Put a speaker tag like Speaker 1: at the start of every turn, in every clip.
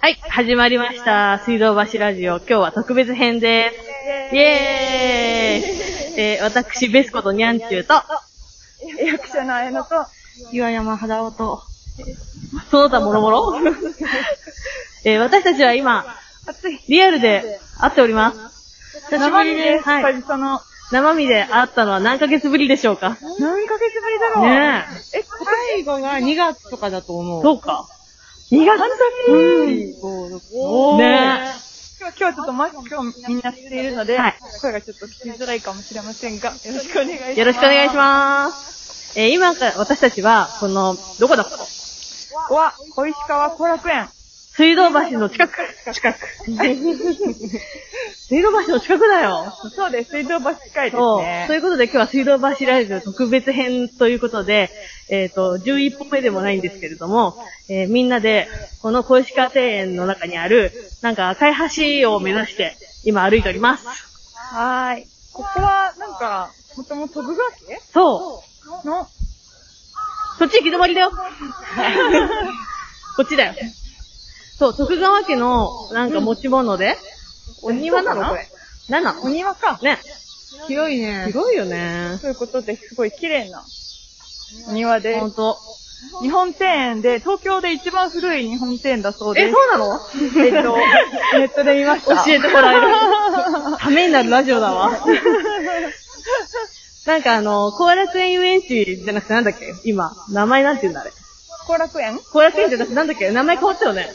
Speaker 1: はい、始まりました。水道橋ラジオ。今日は特別編です。イエーイえー、私、ベスコとニャンチューと、
Speaker 2: 役者の綾乃と、
Speaker 1: 岩山肌夫と、その他もろもろえー、私たちは今、
Speaker 2: 暑い。
Speaker 1: リアルで会っております。久しぶりです。は
Speaker 2: 久
Speaker 1: い。
Speaker 2: 々の。
Speaker 1: 生身で会ったのは何ヶ月ぶりでしょうか
Speaker 2: 何ヶ月ぶりだろう。
Speaker 1: ね
Speaker 2: え。最後が2月とかだと思う。
Speaker 1: そうか。2月
Speaker 2: 3、5、6。
Speaker 1: ねえ。
Speaker 2: 今日はちょっとマスクをみんなしているので、
Speaker 1: はい
Speaker 2: 声がちょっと聞きづらいかもしれませんが、よろしくお願いします。
Speaker 1: よろしくお願いし
Speaker 2: す。
Speaker 1: ます。えー今から、私たちは、この、どこだここ
Speaker 2: は、小石川後楽園。
Speaker 1: 水道橋の近く。近く。水道橋の近くだよ。
Speaker 2: そうです、水道橋近いです
Speaker 1: そう。
Speaker 2: ね
Speaker 1: と。いうことで今日は水道橋ラジオ特別編ということで、えっ、と、11本目でもないんですけれども、えーみんなで、この小石川庭園の中にある、なんか赤い橋を目指して、今歩いております。
Speaker 2: はーい。ここは、なんか、もともと徳川家
Speaker 1: そう。
Speaker 2: の、
Speaker 1: そっち行き止まりだ よ。こっちだよ。そう、徳川家の、なんか持ち物で、お庭なの
Speaker 2: そうかなこれ
Speaker 1: 何なの
Speaker 2: お庭か。
Speaker 1: ね。
Speaker 2: 広いね
Speaker 1: 広いよね。
Speaker 2: ということで、すごい綺麗なお庭で
Speaker 1: ほ、んと。
Speaker 2: 日本庭園で、東京で一番古い日本庭園だそうです。
Speaker 1: え、そうなの
Speaker 2: えっ と、ネットで見ました。
Speaker 1: 教えてもらえる。 ためになるラジオだわ。なんかあの、後楽園遊園地じゃなくてなんだっけ今、名前なんて言うんだあれ。
Speaker 2: 後楽園
Speaker 1: 後楽園じゃなくてなんだっけ名前変わったよね。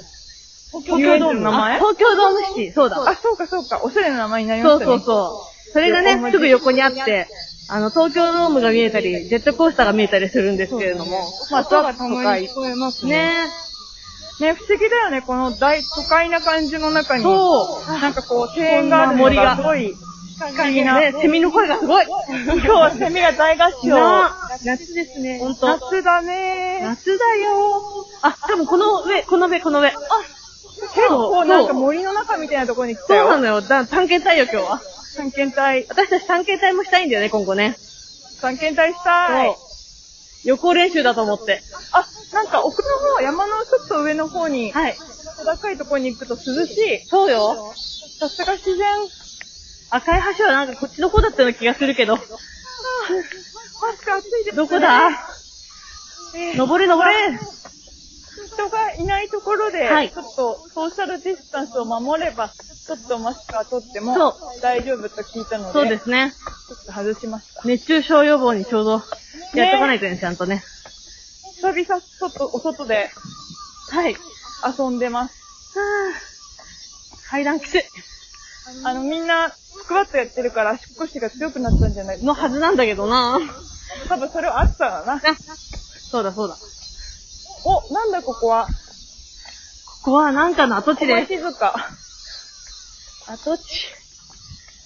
Speaker 2: 東京ドームの名
Speaker 1: あ
Speaker 2: 前
Speaker 1: 東京ドームシティ、そうだ。
Speaker 2: あ、そうかそうか。おしゃれな名前になりま
Speaker 1: そ
Speaker 2: し
Speaker 1: う
Speaker 2: たね。
Speaker 1: そうそう。それがね、すぐ横にあって、あの、東京ドームが見えたり、ジェットコースターが見えたりするんですけれども、まあ、
Speaker 2: 音がた
Speaker 1: 都
Speaker 2: ま
Speaker 1: 会
Speaker 2: に聞こえますね。
Speaker 1: ね
Speaker 2: ね、不思議だよね。この大、都会な感じの中に。。
Speaker 1: そう
Speaker 2: なんかこう、庭園があるの
Speaker 1: こんな
Speaker 2: がすごい、不思議な。
Speaker 1: ねセミの声がすごい
Speaker 2: 今日はセミが大合唱。
Speaker 1: な夏ですね。ほんと。
Speaker 2: 夏だね
Speaker 1: 夏だよー。あ、多分この上、この上、この上。あ、
Speaker 2: 結構なんか森の中みたいなところに来た
Speaker 1: そう
Speaker 2: よ。
Speaker 1: なのよ。だ探検隊よ、今日は。
Speaker 2: 探検隊。
Speaker 1: 私たち探検隊もしたいんだよね、今後ね。
Speaker 2: 探検隊したい。
Speaker 1: そう。予行練習だと思って。
Speaker 2: あ、なんか奥の方、山のちょっと上の方に、
Speaker 1: はい。
Speaker 2: 高いところに行くと涼しい。
Speaker 1: そうよ。
Speaker 2: さすが自然。
Speaker 1: 赤い橋はなんかこっちの方だったような気がするけど。
Speaker 2: マスク暑いですね。
Speaker 1: どこだ
Speaker 2: えー
Speaker 1: 登れ登れ
Speaker 2: 人がいないところで、
Speaker 1: はい
Speaker 2: ちょっとソーシャルディスタンスを守れば、ちょっとマスクは取っても
Speaker 1: そう
Speaker 2: 大丈夫と聞いたので、。
Speaker 1: そうですすね。
Speaker 2: ちょっと外しました。
Speaker 1: 熱中症予防にちょうどやっとかないとね、ちゃんとね。
Speaker 2: 久々、ちょっとお外で
Speaker 1: はい。
Speaker 2: 遊んでます。
Speaker 1: 階段きつい。
Speaker 2: あの、みんな、スクワットやってるから、足腰が強くなったんじゃない
Speaker 1: のはずなんだけどな
Speaker 2: 多分それは暑さだな。
Speaker 1: なそうだそうだ。
Speaker 2: お、なんだここは。
Speaker 1: ここはなんかの跡地
Speaker 2: 小
Speaker 1: です。
Speaker 2: 静か。
Speaker 1: 跡地。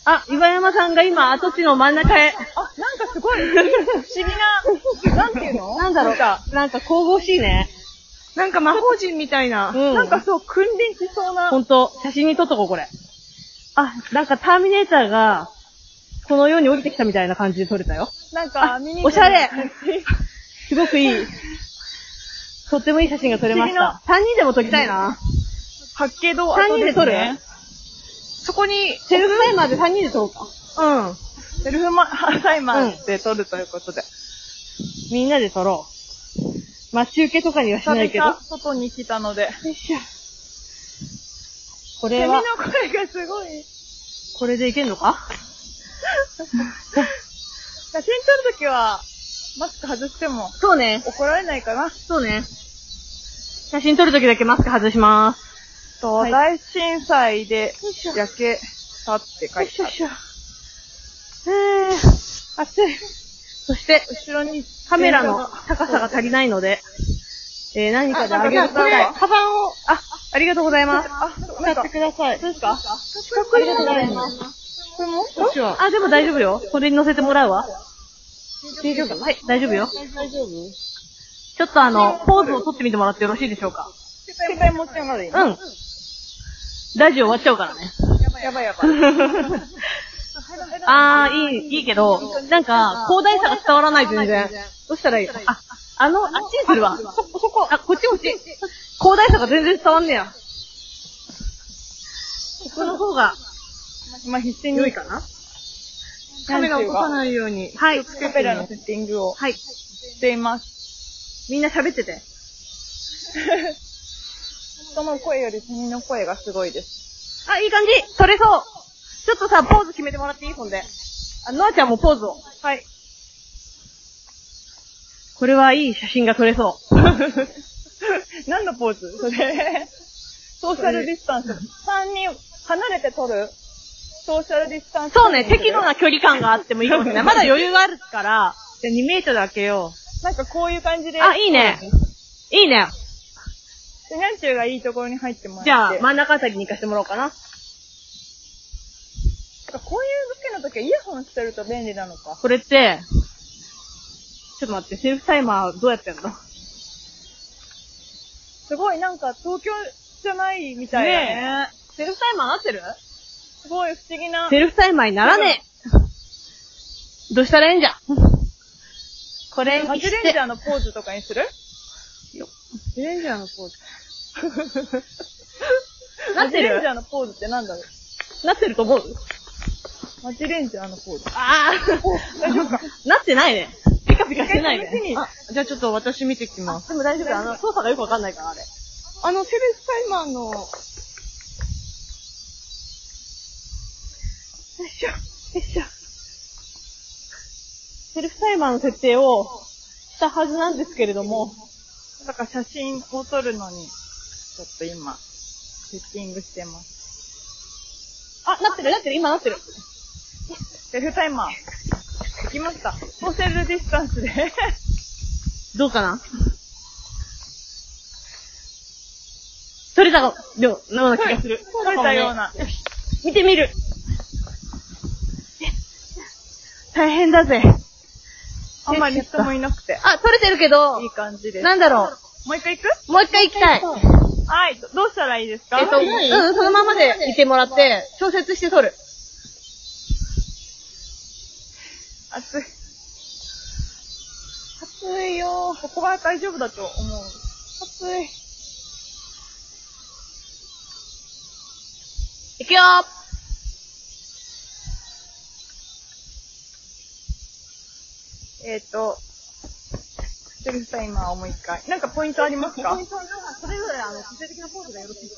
Speaker 1: あ、岩山さんが今跡地の真ん中へ。
Speaker 2: あ、なんかすごい、不思議な、なんていうの
Speaker 1: なんだろ
Speaker 2: なんか、
Speaker 1: う。なんか神々しいね。
Speaker 2: なんか魔法陣みたいな。
Speaker 1: うん
Speaker 2: なんかそう、君臨しそうな。
Speaker 1: ほんと、写真に撮っとこう、これ。あ、なんかターミネーターが、この世に降りてきたみたいな感じで撮れたよ。
Speaker 2: なん
Speaker 1: あ
Speaker 2: か、ミニ
Speaker 1: おしゃれすごくいい。とってもいい写真が撮れました。3人でも撮りたいな。
Speaker 2: 八景堂
Speaker 1: 三人で撮る
Speaker 2: そこに、
Speaker 1: セルフタイマーで3人で撮ろうか。うん。
Speaker 2: セルフマタイマーで撮るということで。
Speaker 1: みんなで撮ろう。待ち受けとかにはし
Speaker 2: 久
Speaker 1: ないけど。
Speaker 2: 々
Speaker 1: よ、
Speaker 2: 外に来たので。
Speaker 1: いしょこ
Speaker 2: セ
Speaker 1: れ
Speaker 2: ミの
Speaker 1: は、
Speaker 2: 声がすごい。なんか
Speaker 1: これでいけんのか
Speaker 2: 店長の時は、マスク外しても
Speaker 1: そうね。
Speaker 2: 怒られないかな。
Speaker 1: そうね。写真撮るときだけマスク外します。
Speaker 2: と、
Speaker 1: はい
Speaker 2: 大震災で
Speaker 1: よいしょ
Speaker 2: 焼けたって書いてある。
Speaker 1: ょ。えー、暑い。そして、
Speaker 2: 後ろに
Speaker 1: カメラの高さが足りないので、えー、何かであげる
Speaker 2: あなんかこれ
Speaker 1: カバンを、あ、ありがとうございます。
Speaker 2: あ、なんか、
Speaker 1: ください。
Speaker 2: ですか四
Speaker 1: ありがとうございます。
Speaker 2: これも
Speaker 1: あ、でも大丈夫よ。これに乗せてもらうわ。大丈夫はい、大丈夫よ。大丈夫ちょっとあの、ポーズを撮ってみてもらってよろしいでしょうか
Speaker 2: 携帯持ち上がる
Speaker 1: うん。ラジオ終わっちゃうからね。
Speaker 2: やばいやばいやばい。
Speaker 1: あー、いい、いいけど、なんか、広大さが伝わらない、全然。どうしたらいいあ、あの、あっちにするわ。
Speaker 2: そこ、そこ。
Speaker 1: あ、こっちこっち。広大さが全然伝わんねや。ここの方が
Speaker 2: まあ、必死に。
Speaker 1: 良いかなカメラを起こさないように。はい。
Speaker 2: スカペラのセッティングを
Speaker 1: はい。
Speaker 2: しています。
Speaker 1: みんな喋ってて。
Speaker 2: 人の声よりセミの声がすごいです。
Speaker 1: あ、いい感じそれそうちょっとさ、ポーズ決めてもらっていいほんで。あ、ノアちゃんもポーズを。
Speaker 2: はい。
Speaker 1: これはいい写真が撮れそう。
Speaker 2: 何のポーズそれ。ソーシャルディスタンス。3人離れて撮るソーシャルディスタンス。
Speaker 1: そうね、適度な距離感があってもいいかも しれない。まだ余裕があるから、じゃあ2メートル開けよ
Speaker 2: なんかこういう感じで。
Speaker 1: あいいねう。いいね。
Speaker 2: で、ニャンチューがいいところに入ってもらって。
Speaker 1: じゃあ、真ん中あたりに行かせてもらおうかな。
Speaker 2: なんかこういう時の時はイヤホンしてると便利なのか。
Speaker 1: これって、ちょっと待って、セルフタイマーどうやってやるの
Speaker 2: すごいなんか東京じゃないみたいな、ね。
Speaker 1: え。セルフタイマーなってる
Speaker 2: すごい不思議な。
Speaker 1: セルフタイマーにならねえ。どうしたらええんじゃ。これ
Speaker 2: マ
Speaker 1: に
Speaker 2: ジ
Speaker 1: し
Speaker 2: レンジ
Speaker 1: て
Speaker 2: ャーのポーズとかにする
Speaker 1: ジレンジャーのポーズ。な
Speaker 2: マ
Speaker 1: っ
Speaker 2: ジ
Speaker 1: て
Speaker 2: レン
Speaker 1: る
Speaker 2: ジャーのポーズってなんだろう
Speaker 1: なってると思う
Speaker 2: マジレンジャーのポーズ。
Speaker 1: ああ 大丈夫かなってないね。ピカピカしてない
Speaker 2: 一回試し
Speaker 1: ね
Speaker 2: に。
Speaker 1: あじゃあちょっと私見てきます。でも大丈夫あの、操作がよくわかんないから、あれ。
Speaker 2: あの、セルフタイマーの、よ
Speaker 1: よいしょ、よいしょ。セルフタイマーの設定をしたはずなんですけれども、
Speaker 2: だから写真を撮るのに、ちょっと今、セッティングしてます。
Speaker 1: あ、なってる、なってる、今なってる。
Speaker 2: セルフタイマー、できました。ソーシャルディスタンスで。
Speaker 1: どうかな取れたか、でも、ような気がする。
Speaker 2: 撮れたような。
Speaker 1: 見てみる。大変だぜ。
Speaker 2: あんまり人もいなくて。
Speaker 1: あ、取れてるけど
Speaker 2: いい、感じです。
Speaker 1: なんだろ
Speaker 2: もう一回行く
Speaker 1: う。もう一回行きたい。
Speaker 2: はい、どどうしたらいいですか
Speaker 1: えっと、うん、そのままでいてもらって、調節して取る。
Speaker 2: 暑い。暑いよここは大丈夫だと思う。暑い。
Speaker 1: いくよ
Speaker 2: えっ、と、セルフタイマーをもう一回。なんかポイントありますか
Speaker 1: トそれぞれ、あの、個性的なポーズがよろしい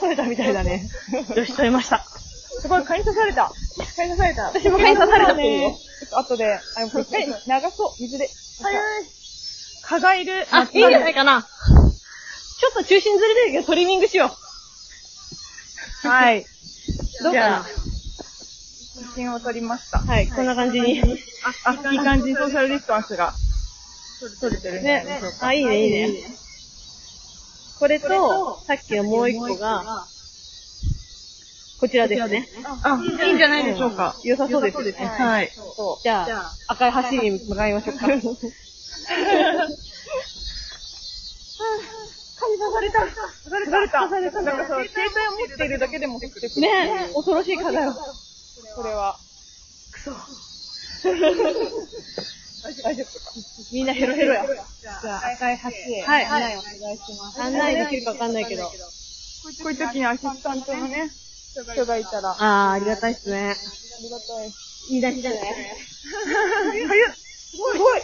Speaker 1: 取れたみたいだ ね。よし、取れました。
Speaker 2: すごい、蚊に刺された。蚊に刺された。
Speaker 1: 私も蚊に刺されたっていうよ
Speaker 2: ね。ちょっと後で、あ の、これ、え流そう、水で。
Speaker 1: 早い。
Speaker 2: 蚊がいる。
Speaker 1: あ、いいんじゃない
Speaker 2: い
Speaker 1: かな。ちょっと中心ずれるけど、トリミングしよう。
Speaker 2: はい。
Speaker 1: どう
Speaker 2: じ
Speaker 1: か
Speaker 2: ゃ
Speaker 1: な
Speaker 2: あ写真を撮りました。
Speaker 1: はい、こんな感じに。
Speaker 2: あ、いい感じにソーシャルディスタンスが取れてるね。
Speaker 1: ね。あ、いいね、いいね。これと、さっきのもう一個が、こちらですね。
Speaker 2: あ、いいんじゃないでしょうか。
Speaker 1: 良さそうですね。
Speaker 2: はい。そ
Speaker 1: じゃあ、赤い橋に向かいましょうか。あー、カニ刺された。
Speaker 2: う。刺された。刺された。なんかそう、携帯を持っているだけでも降ってくる。
Speaker 1: ね恐ろしい蚊だよ。
Speaker 2: これは。くそ。大丈夫か。
Speaker 1: みんなヘロヘロや。
Speaker 2: じゃあ、赤い橋へ。
Speaker 1: はい。案内お願いします。案内できるかわかんないけど。
Speaker 2: こういう時にアシスタントのね、人がいたら。あ
Speaker 1: あー、ありがたいっすね。
Speaker 2: りがたい。す
Speaker 1: いい出しだね。
Speaker 2: ごいすごい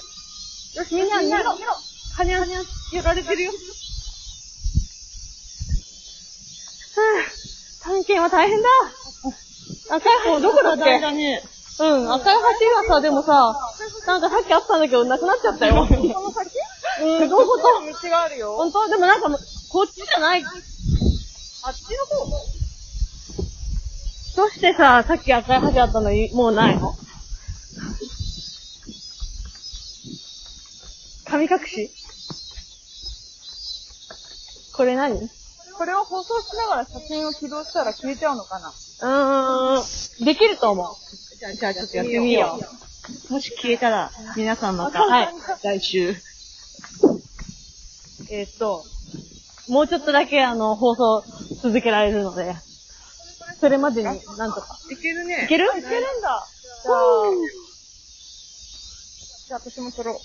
Speaker 1: よし、みんな、みんな、はにゃはにゃ、やられてるよ。はぁ、探検は大変だ。赤い橋どこだっけ
Speaker 2: ね。
Speaker 1: うん、赤い橋はさ、でもさ、なんかさっきあったんだけど、なくなっちゃったよ。
Speaker 2: この先
Speaker 1: うん、どういうこ
Speaker 2: こっちの道がある
Speaker 1: と
Speaker 2: よ。
Speaker 1: 本当でもなんか、こっちじゃない。
Speaker 2: あっちの方
Speaker 1: どうしてさ、さっき赤い橋あったのに、もうないの神隠しこれ何う
Speaker 2: これを放送しながら写真を起動したら消えちゃうのかな
Speaker 1: ーん、できると思う。じゃあ、じゃあちょっとやってみよう。もし消えたら、皆さんまた、はい、来週。えーっと、もうちょっとだけあの、放送続けられるので、それまでになんとか。
Speaker 2: いけるね
Speaker 1: いける
Speaker 2: いけるんだ。じゃあ、じゃあ私も撮ろう。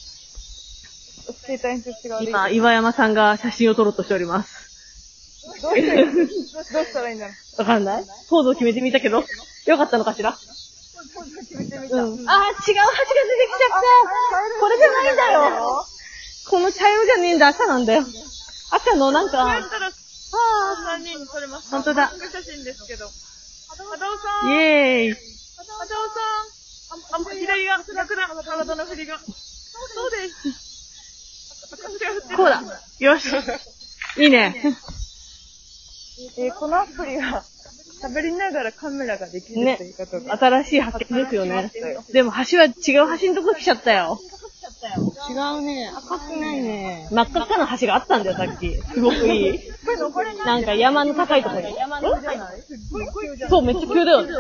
Speaker 2: 携帯に接しが悪い。
Speaker 1: 今、岩山さんが写真を撮ろうとしております。
Speaker 2: どうしたらいい どうしたらいいんだろう。
Speaker 1: わかんないポーズを決めてみたけど、よかったのかしら
Speaker 2: ポーズを決めてみ
Speaker 1: う
Speaker 2: た。
Speaker 1: ん。あー、違う鉢が出てきちゃったこれじゃないんだよこの茶色じゃねえんだ、赤なんだよ。赤のなん
Speaker 2: こうやっ
Speaker 1: か、
Speaker 2: たら、3人に撮れます。
Speaker 1: 本当だ
Speaker 2: 写真ですけど。肌尾さ
Speaker 1: イ
Speaker 2: ん。
Speaker 1: エーイ。
Speaker 2: 肌尾さん。あ、あ左が楽だ。体の振りが。そうです。私が振ってる
Speaker 1: こうだ。よし。いいね。
Speaker 2: えーこのアプリは、喋りながらカメラができる
Speaker 1: ね
Speaker 2: ということが、
Speaker 1: 新しい発見ですよね。でも橋は違う橋のとこ来ちゃったよ。違うね。赤くないね。真っ赤っかな橋があったんだよ、さっき。すごくい い。なんか山の高いとこに。そう、めっちゃ急だよね。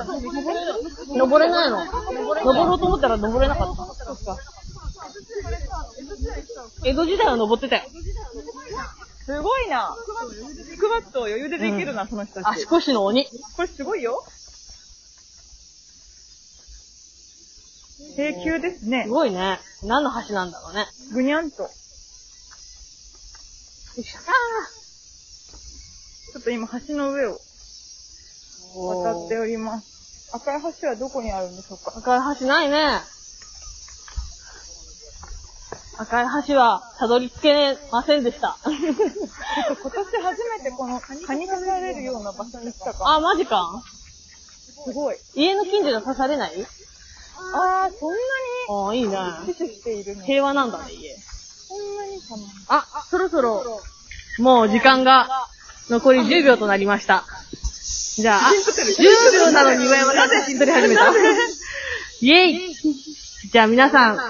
Speaker 1: 登れないの。登ろうと思ったら登れなかった。江戸時代は登ってたよ。
Speaker 2: すごいな。スクワットを余裕でできるな、その人た
Speaker 1: 足
Speaker 2: ち。
Speaker 1: 腰の鬼。
Speaker 2: これすごいよ。低級ですね
Speaker 1: す。ごいね。何の橋なんだろうね。
Speaker 2: ぐにゃんと。
Speaker 1: よいしょ
Speaker 2: ちょっと今橋の上を渡っております。赤い橋はどこにあるんでしょうか
Speaker 1: 赤い橋ないね。赤い橋はたどり着けませんでした。
Speaker 2: ちょっと今年初めてこの蚊に刺されるような場所に来たか。
Speaker 1: あ、マジか。
Speaker 2: すごい。
Speaker 1: 家の近所が刺されない
Speaker 2: あー、そん
Speaker 1: ああ、いいね。
Speaker 2: なに死守しているの
Speaker 1: 平和なんだね、家。
Speaker 2: そんなにかな
Speaker 1: あ、そろそろ、もう時間が残り10秒となりました。じゃあ、あ10秒なのに岩山が写真撮り始めた。イェイじゃあ皆さん、さよ